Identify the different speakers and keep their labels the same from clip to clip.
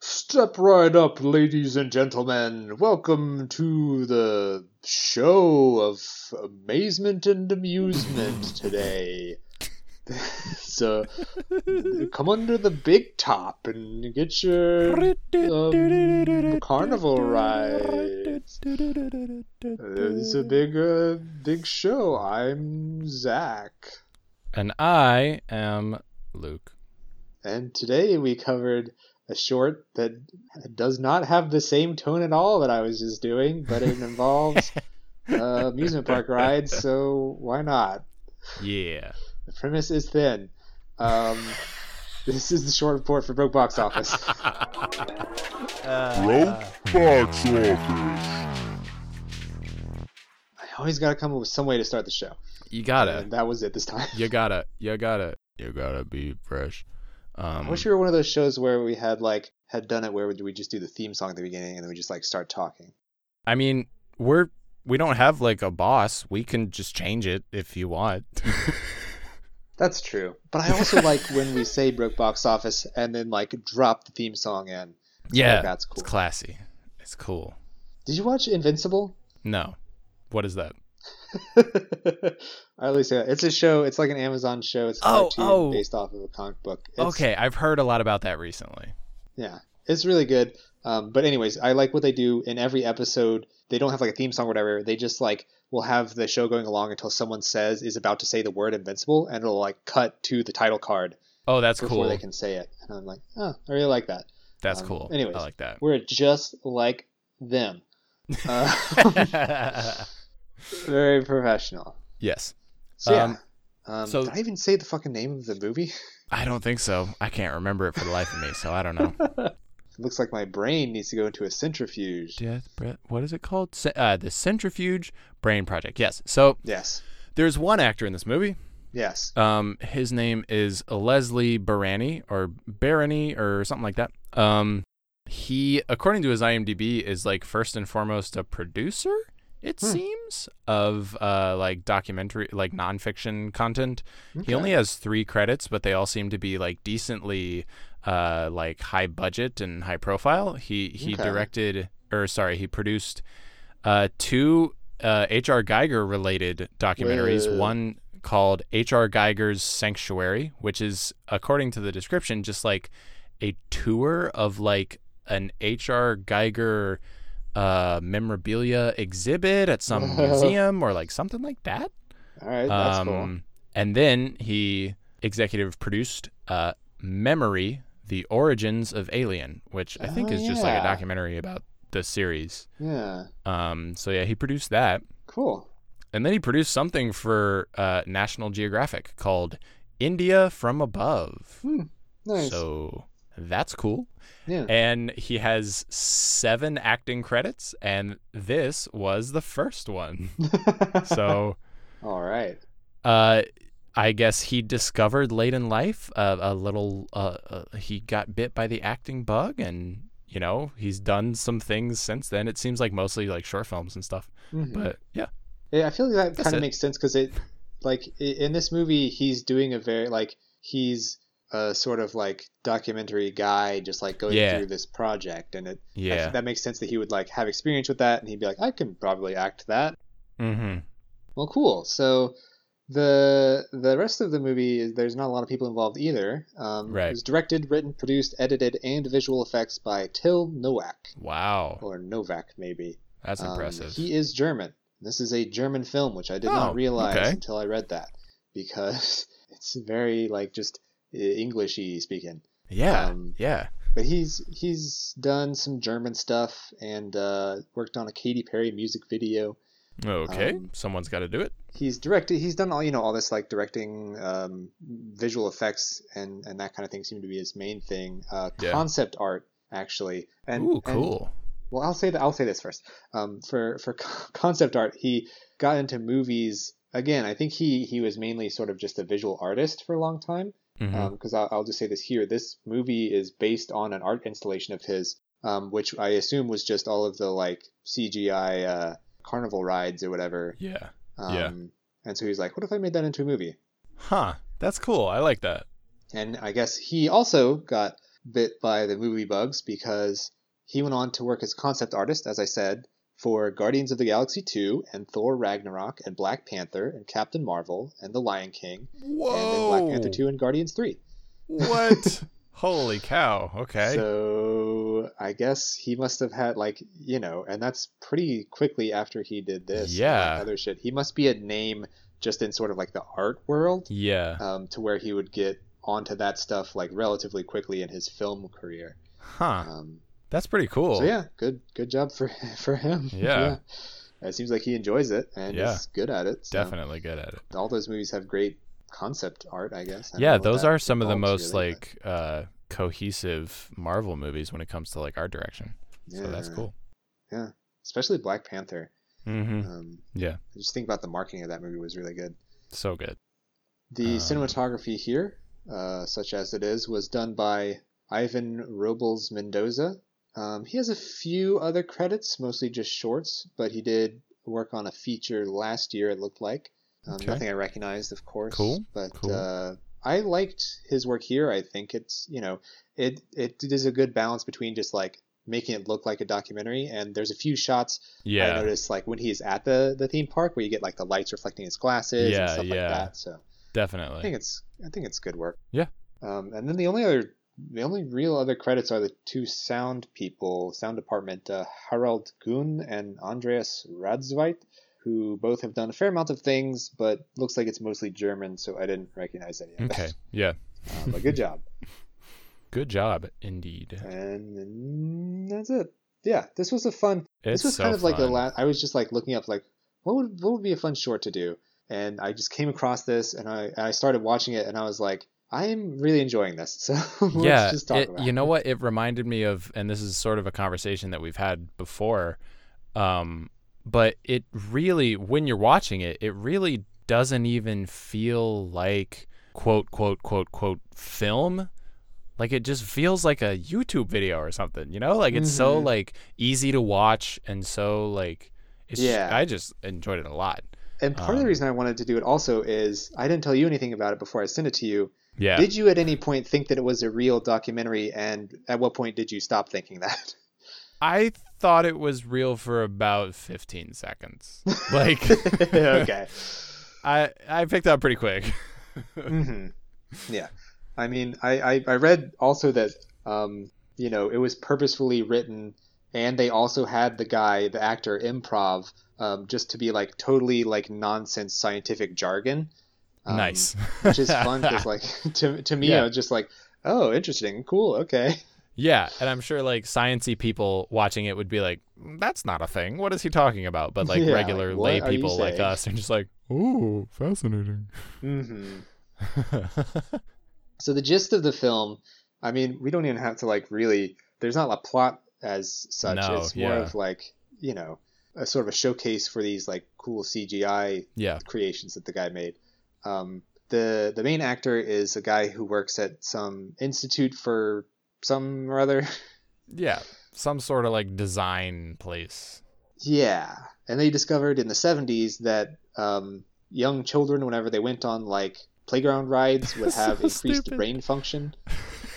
Speaker 1: Step right up, ladies and gentlemen. Welcome to the show of amazement and amusement today. so come under the big top and get your uh, um, carnival ride. It's a big, uh, big show. I'm Zach,
Speaker 2: And I am Luke.
Speaker 1: and today we covered a short that does not have the same tone at all that I was just doing, but it involves uh, amusement park rides. So why not?
Speaker 2: Yeah.
Speaker 1: The premise is thin. Um, this is the short report for Broke Box Office.
Speaker 3: Broke Box Office.
Speaker 1: I always got to come up with some way to start the show.
Speaker 2: You gotta.
Speaker 1: And that was it this time.
Speaker 2: You gotta. You gotta. You gotta be fresh. Um,
Speaker 1: I wish we were one of those shows where we had like had done it where we just do the theme song at the beginning and then we just like start talking.
Speaker 2: I mean, we're we don't have like a boss. We can just change it if you want.
Speaker 1: That's true. But I also like when we say Broke Box Office and then like drop the theme song in.
Speaker 2: yeah,
Speaker 1: that's cool.
Speaker 2: It's classy. It's cool.
Speaker 1: Did you watch Invincible?
Speaker 2: No, what is that?
Speaker 1: I always say that. It's a show. It's like an Amazon show. It's a
Speaker 2: Oh,
Speaker 1: cartoon
Speaker 2: oh.
Speaker 1: based off of a comic book. It's,
Speaker 2: okay, I've heard a lot about that recently.
Speaker 1: Yeah, it's really good. Um, but anyways, I like what they do in every episode. They don't have like a theme song or whatever. They just like will have the show going along until someone says is about to say the word invincible, and it'll like cut to the title card
Speaker 2: Oh, that's
Speaker 1: before
Speaker 2: cool.
Speaker 1: they can say it. And I'm like, oh, I really like that.
Speaker 2: That's
Speaker 1: um,
Speaker 2: cool.
Speaker 1: anyways.
Speaker 2: I like that.
Speaker 1: We're just like them. Uh, very professional.
Speaker 2: yes.
Speaker 1: So yeah.
Speaker 2: Um,
Speaker 1: Um,
Speaker 2: so-
Speaker 1: did I even say the fucking name of the movie?
Speaker 2: I don't think so. I can't remember it for the life of me, so I don't know.
Speaker 1: It looks like my brain needs to go into a centrifuge.
Speaker 2: Death Breath. What is it called? Ce- Uh, the Centrifuge Brain Project. Yes. So
Speaker 1: Yes.
Speaker 2: there's one actor in this movie.
Speaker 1: Yes.
Speaker 2: Um, his name is Leslie Barani or Barani or something like that. Um, he, according to his IMDb, is like first and foremost a producer. It seems of uh, like documentary, like nonfiction content. He only has three credits, but they all seem to be like decently, uh, like high budget and high profile. He he
Speaker 1: Okay.
Speaker 2: directed or sorry, he produced uh, two uh, H.R. Geiger related documentaries.
Speaker 1: Whoa.
Speaker 2: One called H.R. Geiger's Sanctuary, which is, according to the description, just like a tour of like an H.R. Geiger uh, memorabilia exhibit at some museum or like something like that.
Speaker 1: All right. That's
Speaker 2: Um, And then he executive produced uh, Memory, The Origins of Alien, which I think
Speaker 1: Oh,
Speaker 2: is just like
Speaker 1: yeah.
Speaker 2: a documentary about the series.
Speaker 1: cool. Yeah.
Speaker 2: Um, so yeah, he produced that,
Speaker 1: Cool.
Speaker 2: and then he produced something for uh, National Geographic called India from Above.
Speaker 1: Nice.
Speaker 2: So that's cool.
Speaker 1: yeah.
Speaker 2: And he has seven acting credits, and this was the first one. so
Speaker 1: All right.
Speaker 2: uh, I guess he discovered late in life uh, a little. Uh, uh, he got bit by the acting bug, and you know he's done some things since then. It seems like mostly like short films and stuff.
Speaker 1: Mhm.
Speaker 2: But yeah,
Speaker 1: Yeah, I feel like that
Speaker 2: That's
Speaker 1: kind of
Speaker 2: it.
Speaker 1: makes sense because it, like, i- in this movie, he's doing a very like he's a sort of like documentary guy, just like going
Speaker 2: Yeah.
Speaker 1: through this project, and it I
Speaker 2: yeah.
Speaker 1: think that makes sense that he would like have experience with that, and he'd be like, I can probably act that.
Speaker 2: Mm-hmm.
Speaker 1: Well, cool. So the the rest of the movie is there's not a lot of people involved either. Um,
Speaker 2: Right.
Speaker 1: It was directed, written, produced, edited, and visual effects by Till Nowak
Speaker 2: Wow,
Speaker 1: or Novak maybe.
Speaker 2: that's
Speaker 1: Um,
Speaker 2: impressive.
Speaker 1: He is German. This is a German film, which I did
Speaker 2: Oh,
Speaker 1: not realize
Speaker 2: okay.
Speaker 1: until I read that because it's very like just uh, Englishy speaking.
Speaker 2: yeah,
Speaker 1: um,
Speaker 2: yeah.
Speaker 1: But he's he's done some German stuff and uh, worked on a Katy Perry music video.
Speaker 2: Okay,
Speaker 1: um,
Speaker 2: someone's got to do it.
Speaker 1: he's directed he's done all you know all this like directing um, visual effects and and that kind of thing seem to be his main thing uh,
Speaker 2: Yeah.
Speaker 1: concept art actually and um,
Speaker 2: Ooh,
Speaker 1: and-
Speaker 2: cool.
Speaker 1: well i'll say that i'll say this first um, for for con- concept art he got into movies again i think he he was mainly sort of just a visual artist for a long time
Speaker 2: Mhm.
Speaker 1: because Um, I'll, I'll just say this here this movie is based on an art installation of his um, which i assume was just all of the like cgi uh, carnival rides or whatever
Speaker 2: yeah.
Speaker 1: um,
Speaker 2: Yeah.
Speaker 1: And so he's like, what if I made that into a movie?
Speaker 2: Huh. That's cool. I like that.
Speaker 1: And I guess he also got bit by the movie bugs because he went on to work as concept artist, as I said, for Guardians of the Galaxy 2 and Thor Ragnarok and Black Panther and Captain Marvel and The Lion King and then
Speaker 2: Whoa.
Speaker 1: Black Panther 2 and Guardians 3.
Speaker 2: What? Holy cow. Okay.
Speaker 1: So I guess he must have had like you know, and that's pretty quickly after he did this. and
Speaker 2: Yeah.
Speaker 1: other shit. He must be a name just in sort of like the art world,
Speaker 2: yeah.
Speaker 1: um, to where he would get onto that stuff like relatively quickly in his film career.
Speaker 2: Huh.
Speaker 1: Um,
Speaker 2: That's pretty Ah, cool.
Speaker 1: So yeah, good good job for for him.
Speaker 2: Yeah.
Speaker 1: It seems like he enjoys it and
Speaker 2: Yeah.
Speaker 1: is good at it. so
Speaker 2: Definitely good at it.
Speaker 1: All those movies have great concept art, I guess. I don't
Speaker 2: Yeah,
Speaker 1: know what
Speaker 2: those
Speaker 1: that
Speaker 2: are some of the
Speaker 1: involves,
Speaker 2: most
Speaker 1: really, but-
Speaker 2: like uh cohesive Marvel movies when it comes to like art direction. So that's
Speaker 1: Yeah.
Speaker 2: cool.
Speaker 1: Especially Black Panther.
Speaker 2: hmm
Speaker 1: Um,
Speaker 2: Yeah.
Speaker 1: I just think about the marketing of that movie was really good.
Speaker 2: So good.
Speaker 1: The
Speaker 2: Um,
Speaker 1: cinematography here, uh, such as it is, was done by Ivan Robles Mendoza. Um, he has a few other credits, mostly just shorts, but he did work on a feature last year, it looked like. Um,
Speaker 2: Okay.
Speaker 1: Nothing I recognized, of course.
Speaker 2: Cool,
Speaker 1: But
Speaker 2: cool.
Speaker 1: Uh, I liked his work here. I think it's, you know, it, it is a good balance between just like making it look like a documentary, and there's a few shots I
Speaker 2: Yeah.
Speaker 1: noticed like when he's at the the theme park where you get like the lights reflecting his glasses
Speaker 2: Yeah,
Speaker 1: and stuff
Speaker 2: yeah.
Speaker 1: like that. So I think
Speaker 2: Definitely.
Speaker 1: it's I think it's good work.
Speaker 2: Yeah.
Speaker 1: Um, and then the only other the only real other credits are the two sound people, sound department, uh, Harald Gunn and Andreas Radzweit, who both have done a fair amount of things, but looks like it's mostly German, so I didn't recognize any of
Speaker 2: Okay.
Speaker 1: that.
Speaker 2: Yeah.
Speaker 1: Uh, but good job.
Speaker 2: Good job indeed.
Speaker 1: And then that's it. Yeah, this was a fun
Speaker 2: It's
Speaker 1: this was
Speaker 2: so
Speaker 1: kind of like the
Speaker 2: fun.
Speaker 1: last. I was just like looking up like what would what would be a fun short to do, and I just came across this, and I and I started watching it, and I was like, I am really enjoying this. So let's
Speaker 2: yeah,
Speaker 1: just talk
Speaker 2: it-
Speaker 1: about
Speaker 2: you
Speaker 1: it.
Speaker 2: know what? It reminded me of, and this is sort of a conversation that we've had before, um, but it really, when you're watching it, it really doesn't even feel like quote quote quote quote film. Like it just feels like a YouTube video or something, you know? Like it's so
Speaker 1: Mhm.
Speaker 2: like easy to watch and so like it's
Speaker 1: Yeah.
Speaker 2: I just enjoyed it a lot.
Speaker 1: And part of
Speaker 2: um,
Speaker 1: the reason I wanted to do it also is I didn't tell you anything about it before I sent it to you.
Speaker 2: Yeah.
Speaker 1: Did you at any point think that it was a real documentary, and at what point did you stop thinking that?
Speaker 2: I thought it was real for about 15 seconds. Like
Speaker 1: okay.
Speaker 2: I I picked up pretty quick.
Speaker 1: hmm
Speaker 2: Mm-hmm.
Speaker 1: Yeah, I mean, I, I I read also that um you know it was purposefully written, and they also had the guy, the actor, improv, um just to be like totally like nonsense scientific jargon. um,
Speaker 2: nice,
Speaker 1: which is fun because like to to me,
Speaker 2: Yeah.
Speaker 1: I was just like, oh, interesting, cool, okay.
Speaker 2: yeah, and I'm sure like sciency people watching it would be like, "Mm, "That's not a thing. What is he talking about?" But like
Speaker 1: Yeah, like,
Speaker 2: regular
Speaker 1: what
Speaker 2: lay
Speaker 1: are you
Speaker 2: people like
Speaker 1: saying?
Speaker 2: us are just like, "Ooh, fascinating." Mm-hmm.
Speaker 1: hmm So the gist of the film, I mean, we don't even have to like really. There's not a plot as such.
Speaker 2: No,
Speaker 1: it's more
Speaker 2: yeah.
Speaker 1: of like you know a sort of a showcase for these like cool CGI
Speaker 2: yeah.
Speaker 1: creations that the guy made. Um, the the main actor is a guy who works at some institute for some or other.
Speaker 2: Yeah. Some sort of like design place.
Speaker 1: yeah, and they discovered in the seventies that um, young children, whenever they went on like playground rides, would
Speaker 2: So
Speaker 1: have increased
Speaker 2: stupid.
Speaker 1: brain function.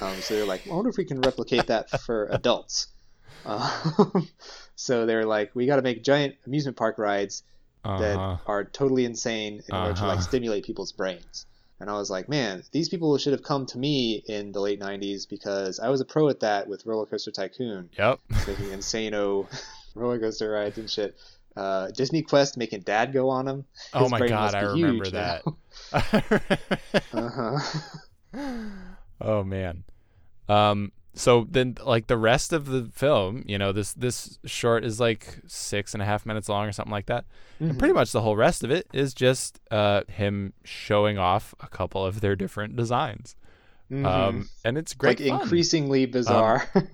Speaker 1: Um, so they're like, I wonder if we can replicate that for adults. Um, so they're like, we got to make giant amusement park rides that
Speaker 2: Uh-huh.
Speaker 1: are totally insane in order to like
Speaker 2: Uh-huh.
Speaker 1: stimulate people's brains. And I was like, man, these people should have come to me in the late '90s because I was a pro at that with Roller Coaster Tycoon,
Speaker 2: Yep.
Speaker 1: making insano roller coaster rides and shit. Uh, Disney Quest making Dad go on them.
Speaker 2: Oh my god, I remember that.
Speaker 1: Uh
Speaker 2: Uh-huh. oh man. Um so then like the rest of the film, you know, this this short is like six and a half minutes long or something like that. And
Speaker 1: Mm-hmm.
Speaker 2: pretty much the whole rest of it is just uh him showing off a couple of their different designs. Um and it's great.
Speaker 1: Mm-hmm. like
Speaker 2: fun. Um,
Speaker 1: increasingly bizarre.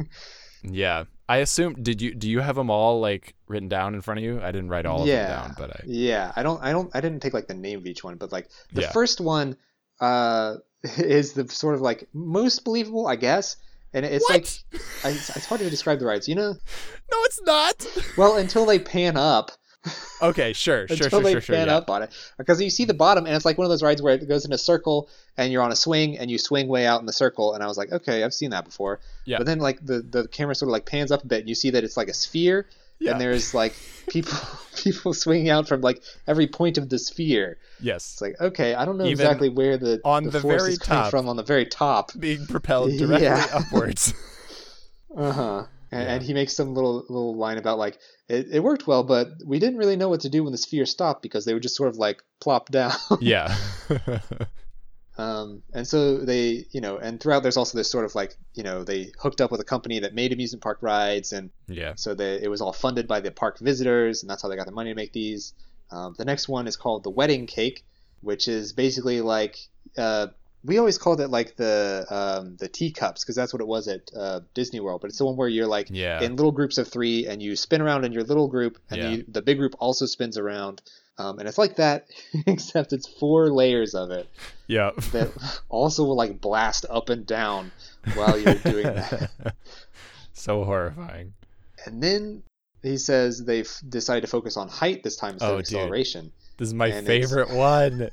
Speaker 2: Yeah. I assume did you do you have them all like written down in front of you? I didn't write all
Speaker 1: Yeah.
Speaker 2: of them down, but I
Speaker 1: Yeah, I don't, I don't, I didn't take like the name of each one, but like the
Speaker 2: Yeah.
Speaker 1: first one uh, is the sort of like most believable, I guess. And it's like I, it's, it's hard to describe the rides, you know.
Speaker 2: No, it's not.
Speaker 1: Well, until they pan up,
Speaker 2: Okay, sure, sure,
Speaker 1: until
Speaker 2: sure,
Speaker 1: they
Speaker 2: sure, sure.
Speaker 1: pan
Speaker 2: yeah.
Speaker 1: up on it. Because you see the bottom, and it's like one of those rides where it goes in a circle, and you're on a swing, and you swing way out in the circle. And I was like, okay, I've seen that before.
Speaker 2: Yeah.
Speaker 1: But then like the the camera sort of like pans up a bit, and you see that it's like a sphere,
Speaker 2: Yeah.
Speaker 1: and there's like people people swinging out from like every point of the sphere.
Speaker 2: Yes,
Speaker 1: It's like okay, I don't know
Speaker 2: Even
Speaker 1: exactly where the
Speaker 2: on the
Speaker 1: force
Speaker 2: very
Speaker 1: is coming
Speaker 2: top.
Speaker 1: from on the very top.
Speaker 2: being propelled directly
Speaker 1: Yeah.
Speaker 2: upwards.
Speaker 1: Uh huh. And,
Speaker 2: Yeah.
Speaker 1: and he makes some little little line about like it, it worked well, but we didn't really know what to do when the sphere stopped because they were just sort of like plopped down.
Speaker 2: yeah,
Speaker 1: Um, and so they, you know, and throughout there's also this sort of like, you know, they hooked up with a company that made amusement park rides, and
Speaker 2: yeah.
Speaker 1: so they, it was all funded by the park visitors, and that's how they got the money to make these. Um, the next one is called the wedding cake, which is basically like uh, we always called it like the um, the teacups because that's what it was at uh, Disney World, but it's the one where you're like
Speaker 2: Yeah.
Speaker 1: in little groups of three, and you spin around in your little group, and
Speaker 2: Yeah.
Speaker 1: the, the big group also spins around. Um, and it's like that, except it's four layers of it
Speaker 2: Yeah.
Speaker 1: that also will like blast up and down while you're doing that.
Speaker 2: so horrifying.
Speaker 1: And then he says they've decided to focus on height this time instead of
Speaker 2: Oh, dude.
Speaker 1: acceleration.
Speaker 2: This is my
Speaker 1: And it's-
Speaker 2: favorite one.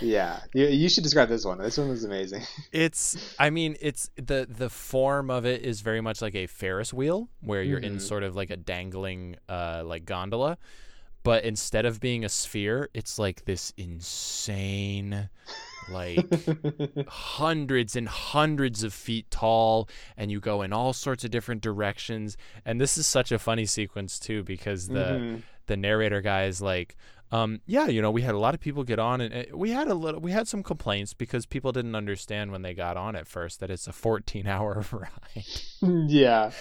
Speaker 1: Yeah, you, you should describe this one. This one was amazing.
Speaker 2: it's i mean it's the the form of it is very much like a ferris wheel where you're in
Speaker 1: Mhm.
Speaker 2: sort of like a dangling uh like gondola but instead of being a sphere it's like this insane like hundreds and hundreds of feet tall and you go in all sorts of different directions and this is such a funny sequence too because the
Speaker 1: Mhm.
Speaker 2: the narrator guy is like, um, yeah, you know, we had a lot of people get on, and it, we had a little, we had some complaints because people didn't understand when they got on at first that it's a 14-hour ride.
Speaker 1: yeah,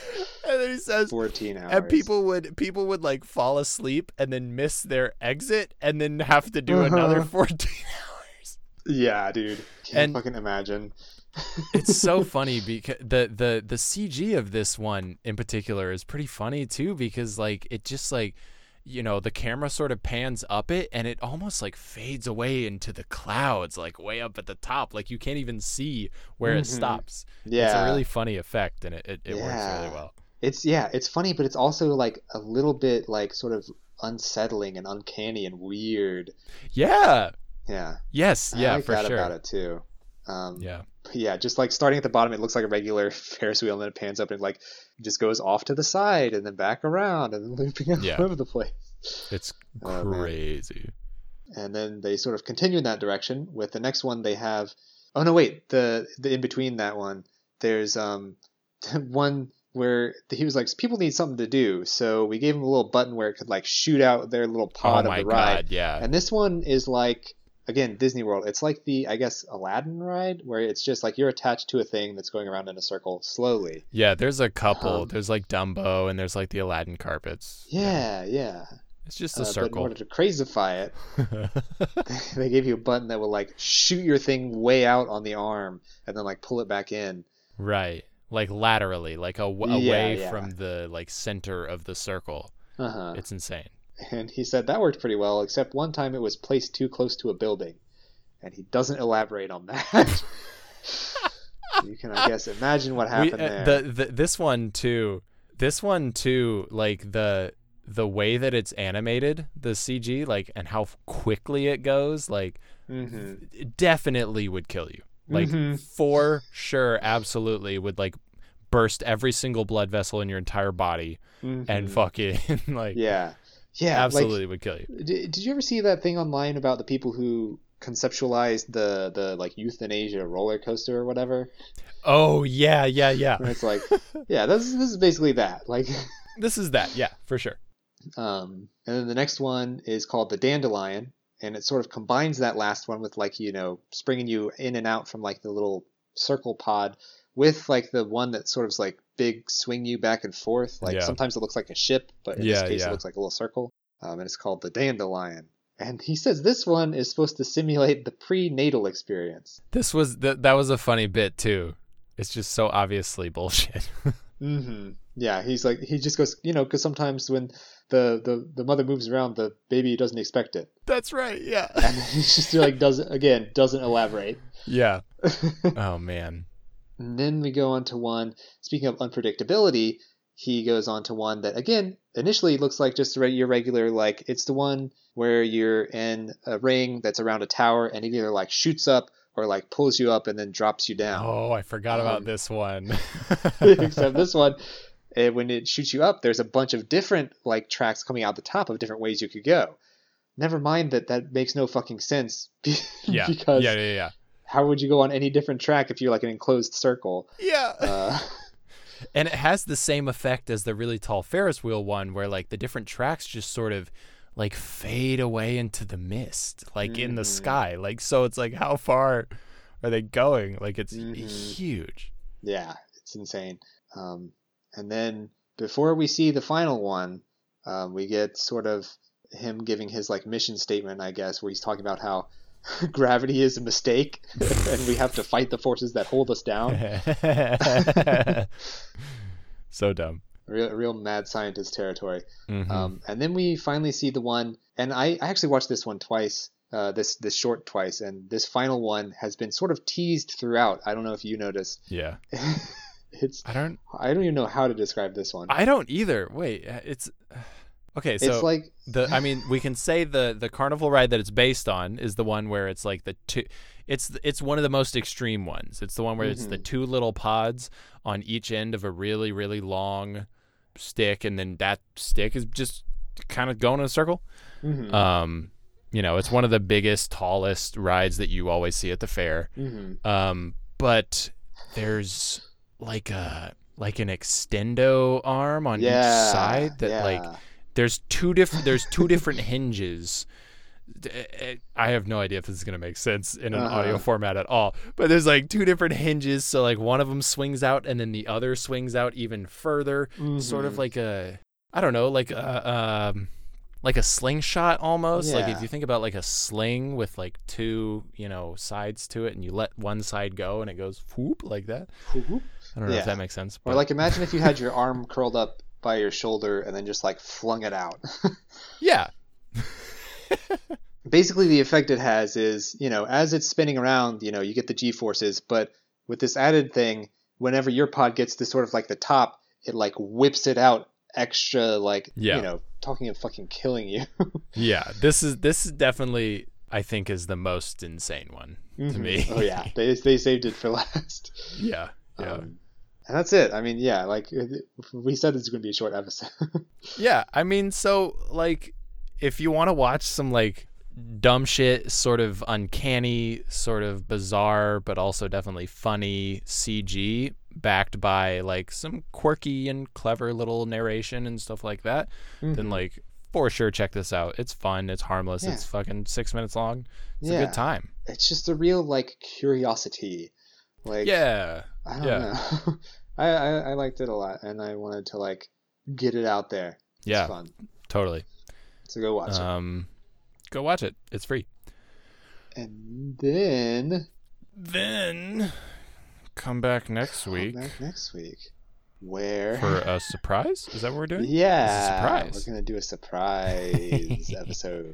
Speaker 2: And then he says,
Speaker 1: fourteen hours.
Speaker 2: and people would people would like fall asleep and then miss their exit and then have to do another
Speaker 1: Uh-huh.
Speaker 2: 14.
Speaker 1: Yeah, dude. Can't
Speaker 2: And-
Speaker 1: fucking imagine.
Speaker 2: It's so funny because the the the CG of this one in particular is pretty funny too because like it just like you know the camera sort of pans up it and it almost like fades away into the clouds like way up at the top like you can't even see where
Speaker 1: Mhm.
Speaker 2: it stops.
Speaker 1: Yeah,
Speaker 2: It's a really funny effect and it it, it works
Speaker 1: Yeah.
Speaker 2: really well.
Speaker 1: It's yeah, it's funny, but it's also like a little bit like sort of unsettling and uncanny and weird.
Speaker 2: Yeah.
Speaker 1: Yeah,
Speaker 2: Yes,
Speaker 1: I
Speaker 2: yeah,
Speaker 1: like
Speaker 2: for
Speaker 1: that
Speaker 2: sure.
Speaker 1: about it too. Um,
Speaker 2: Yeah.
Speaker 1: yeah, just like starting at the bottom, it looks like a regular Ferris wheel, and then it pans up and like just goes off to the side and then back around and then looping all
Speaker 2: Yeah.
Speaker 1: over the place.
Speaker 2: It's
Speaker 1: Oh, man.
Speaker 2: crazy.
Speaker 1: And then they sort of continue in that direction. With the next one, they have oh no wait the the in between that one there's um one where he was like people need something to do, so we gave him a little button where it could like shoot out their little pod
Speaker 2: oh
Speaker 1: of
Speaker 2: my
Speaker 1: the ride.
Speaker 2: god, yeah.
Speaker 1: And this one is like again Disney World. It's like the I guess Aladdin ride where it's just like you're attached to a thing that's going around in a circle slowly.
Speaker 2: yeah, there's a couple.
Speaker 1: Um,
Speaker 2: there's like Dumbo and there's like the Aladdin carpets.
Speaker 1: Yeah, yeah.
Speaker 2: It's just
Speaker 1: Uh,
Speaker 2: a
Speaker 1: But in
Speaker 2: circle.
Speaker 1: order to crazify it, they gave you a button that would like shoot your thing way out on the arm and then like pull it back in.
Speaker 2: Right. Like laterally, like a, w-
Speaker 1: Yeah,
Speaker 2: away
Speaker 1: yeah.
Speaker 2: from the like center of the circle.
Speaker 1: Uh huh.
Speaker 2: It's insane.
Speaker 1: And he said that worked pretty well, except one time it was placed too close to a building, and he doesn't elaborate on that. you can, I guess, imagine what
Speaker 2: We,
Speaker 1: happened
Speaker 2: uh,
Speaker 1: there.
Speaker 2: the, the this one too. This one too like the the way that it's animated, the CG like and how quickly it goes like
Speaker 1: hmm
Speaker 2: it definitely would kill you. Like
Speaker 1: Mhm.
Speaker 2: for sure absolutely would like burst every single blood vessel in your entire body
Speaker 1: Mm-hmm.
Speaker 2: and fucking like
Speaker 1: yeah, yeah,
Speaker 2: absolutely
Speaker 1: Like,
Speaker 2: would kill you.
Speaker 1: did, did you ever see that thing online about the people who conceptualized the the like euthanasia roller coaster or whatever?
Speaker 2: Oh yeah, yeah, yeah.
Speaker 1: And it's like, yeah, this is- this is basically that. Like,
Speaker 2: this is that. Yeah, for sure.
Speaker 1: Um, and then the next one is called the Dandelion, and it sort of combines that last one with like you know springing you in and out from like the little circle pod with like the one that sort of is like big swing you back and forth. Like
Speaker 2: Yeah.
Speaker 1: sometimes it looks like a ship, but in
Speaker 2: Yeah,
Speaker 1: this case
Speaker 2: yeah.
Speaker 1: it looks like a little circle. Um, and it's called the Dandelion. And he says this one is supposed to simulate the prenatal experience.
Speaker 2: This was th- that was a funny bit too. It's just so obviously bullshit.
Speaker 1: hmm Yeah, he's like he just goes, you know, because sometimes when the, the the mother moves around, the baby doesn't expect it.
Speaker 2: That's right. Yeah.
Speaker 1: and it's just like doesn't again doesn't elaborate.
Speaker 2: yeah. Oh man.
Speaker 1: And then we go on to one. Speaking of unpredictability, he goes on to one that again initially looks like just a re- your regular like it's the one where you're in a ring that's around a tower and it either like shoots up or like pulls you up and then drops you down.
Speaker 2: Oh, I forgot
Speaker 1: Um,
Speaker 2: about this one. Oh.
Speaker 1: except this one eh, when it shoots you up there's a bunch of different like tracks coming out the top of different ways you could go never mind that that makes no fucking sense be-
Speaker 2: yeah.
Speaker 1: because
Speaker 2: yeah, yeah, yeah.
Speaker 1: how would you go on any different track if you're like an enclosed circle
Speaker 2: Yeah.
Speaker 1: uh,
Speaker 2: and it has the same effect as the really tall Ferris wheel one where like the different tracks just sort of like fade away into the mist, like in the
Speaker 1: Mhm.
Speaker 2: sky. Like so it's like how far are they going? Like it's
Speaker 1: Mhm.
Speaker 2: huge.
Speaker 1: yeah it's insane um, and then before we see the final one um, we get sort of him giving his like mission statement i guess where he's talking about how gravity is a mistake and we have to fight the forces that hold us
Speaker 2: Um.
Speaker 1: down
Speaker 2: so dumb.
Speaker 1: real, real mad scientist territory.
Speaker 2: Mhm.
Speaker 1: Um, and then we finally see the one, and I, I actually watched this one twice, uh, this this short twice, and this final one has been sort of teased throughout. I don't know if you noticed.
Speaker 2: yeah.
Speaker 1: it's
Speaker 2: I don't
Speaker 1: I don't even know how to describe this one.
Speaker 2: I don't either. Wait, uh, it's Okay, so
Speaker 1: it's like
Speaker 2: the I mean, we can say the the carnival ride that it's based on is the one where it's like the two. It's th- it's one of the most extreme ones. It's the one where it's the two little pods on each end of a really really long stick, and then that stick is just kind of going in a circle.
Speaker 1: mhm,
Speaker 2: Um, you know, it's one of the biggest, tallest rides that you always see at the fair.
Speaker 1: mhm.
Speaker 2: Um, but there's like a like an extendo arm on
Speaker 1: yeah,
Speaker 2: each side that like
Speaker 1: yeah.
Speaker 2: there's two different. There's two different hinges. D- eh, I have no idea if this is gonna make sense in an
Speaker 1: Uh-huh.
Speaker 2: audio format at all. But there's like two different hinges, so like one of them swings out, and then the other swings out even further. Sort
Speaker 1: Mhm.
Speaker 2: of like a, I don't know, like a, um, like a slingshot almost. Like
Speaker 1: Yeah.
Speaker 2: if you think about like a sling with like two, you know, sides to it, and you let one side go, and it goes whoop like that.
Speaker 1: Whoop.
Speaker 2: I don't know
Speaker 1: Yeah.
Speaker 2: if that makes sense.
Speaker 1: or
Speaker 2: but-
Speaker 1: like imagine if you had your arm curled up by your shoulder and then just like flung it out.
Speaker 2: yeah,
Speaker 1: basically the effect it has is you know as it's spinning around you know you get the g forces but with this added thing whenever your pod gets to sort of like the top it like whips it out extra like
Speaker 2: Yeah.
Speaker 1: you know talking of fucking killing you
Speaker 2: Yeah, this is this is definitely I think is the most insane one to me.
Speaker 1: oh yeah they, they saved it for last
Speaker 2: yeah. Yeah.
Speaker 1: Um, and that's it i mean yeah like it- we said this is going to be a short episode
Speaker 2: yeah, I mean so like if you want to watch some like dumb shit, sort of uncanny, sort of bizarre, but also definitely funny CG backed by like some quirky and clever little narration and stuff like that, then like for sure check this out. It's fun, it's harmless,
Speaker 1: Mm-hmm. Yeah.
Speaker 2: it's fucking 6 minutes long. It's a
Speaker 1: Yeah.
Speaker 2: good time.
Speaker 1: it's just a real like curiosity like
Speaker 2: Yeah.
Speaker 1: I don't
Speaker 2: Yeah.
Speaker 1: know. I, I I liked it a lot, and I wanted to like get it out there. It's
Speaker 2: Yeah.
Speaker 1: fun.
Speaker 2: Totally.
Speaker 1: So go watch
Speaker 2: Um, go watch it. It's
Speaker 1: it.
Speaker 2: free.
Speaker 1: And then
Speaker 2: Then come back next
Speaker 1: come
Speaker 2: week
Speaker 1: back next week, where
Speaker 2: for a surprise. Is that what we're doing?
Speaker 1: yeah,
Speaker 2: surprise.
Speaker 1: we're gonna do a surprise episode.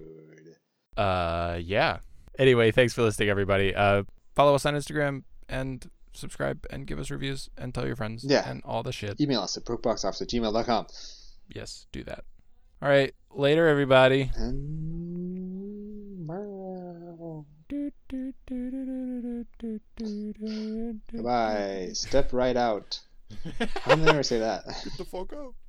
Speaker 2: Uh, yeah. Anyway, thanks for listening, everybody. Uh, follow us on Instagram and subscribe and give us reviews and tell your friends.
Speaker 1: Yeah.
Speaker 2: And all the shit.
Speaker 1: Email us at brookboxoffice@gmail.com.
Speaker 2: Yes, do that. All right. Later, everybody.
Speaker 1: And bye.
Speaker 2: Goodbye.
Speaker 1: Goodbye. Step right out. I'm never say that.
Speaker 2: the fuck up.